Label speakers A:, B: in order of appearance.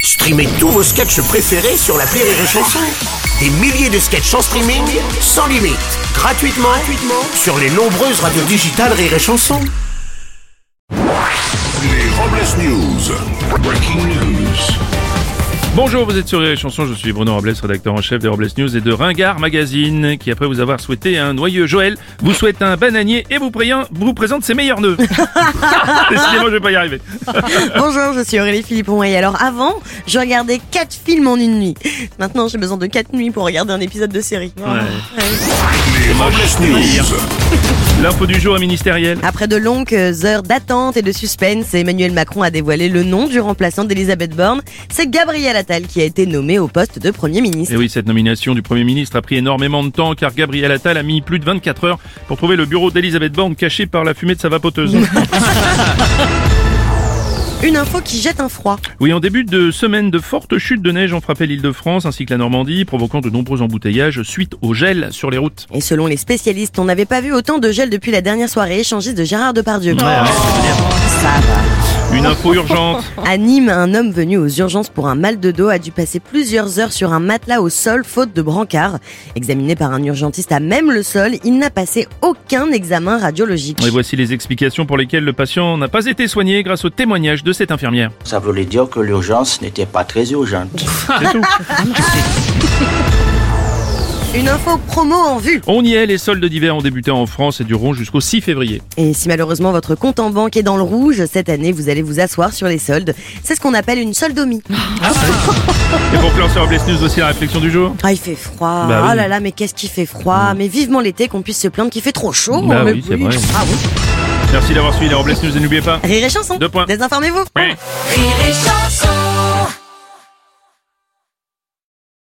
A: Streamez tous vos sketchs préférés sur la Rire et Chanson. Des milliers de sketchs en streaming, sans limite, gratuitement, gratuitement sur les nombreuses radios digitales Rire et Chanson.
B: Les Robles News. Breaking news.
C: Bonjour, vous êtes sur les chansons, je suis Bruno Robles, rédacteur en chef des Robles News et de Ringard Magazine, qui après vous avoir souhaité un noyeux Joël, vous souhaite un bananier et vous, prévient- vous présente ses meilleurs nœuds. Décidément, je vais pas y arriver.
D: Bonjour, je suis Aurélie Philippon et alors avant, je regardais 4 films en une nuit. Maintenant, j'ai besoin de 4 nuits pour regarder un épisode de série.
B: Les Robles News.
C: L'info du jour est ministérielle.
D: Après de longues heures d'attente et de suspense, Emmanuel Macron a dévoilé le nom du remplaçant d'Elisabeth Borne. C'est Gabriel Attal qui a été nommé au poste de Premier ministre.
C: Et Eh oui, cette nomination du Premier ministre a pris énormément de temps car Gabriel Attal a mis plus de 24 heures pour trouver le bureau d'Elisabeth Borne caché par la fumée de sa vapoteuse.
D: Une info qui jette un froid.
C: Oui, en début de semaine, de fortes chutes de neige ont frappé l'île de France ainsi que la Normandie, provoquant de nombreux embouteillages suite au gel sur les routes.
D: Et selon les spécialistes, on n'avait pas vu autant de gel depuis la dernière soirée échangiste de Gérard Depardieu. Ça va.
C: hein. Une info urgente.
D: À Nîmes, un homme venu aux urgences pour un mal de dos a dû passer plusieurs heures sur un matelas au sol faute de brancard. Examiné par un urgentiste à même le sol, il n'a passé aucun examen radiologique.
C: Et voici les explications pour lesquelles le patient n'a pas été soigné grâce au témoignage de cette infirmière.
E: Ça voulait dire que l'urgence n'était pas très urgente.
C: Ah.
D: Une info promo en vue.
C: On y est, les soldes d'hiver ont débuté en France et dureront jusqu'au 6 février.
D: Et si malheureusement votre compte en banque est dans le rouge, cette année vous allez vous asseoir sur les soldes. C'est ce qu'on appelle une soldomie.
C: Ah. Et pour clore sur Robles News, voici la réflexion du jour.
D: Ah, il fait froid.
C: Bah oui. Mmh.
D: Oh là là, mais qu'est-ce qui fait froid. Mais vivement l'été qu'on puisse se plaindre qu'il fait trop chaud.
C: Bah
D: Mais
C: oui, c'est vrai.
D: Ah oui.
C: Merci d'avoir suivi les Robles News et n'oubliez pas...
D: Rire et chanson.
C: Deux points.
D: Désinformez-vous.
F: Rire et chanson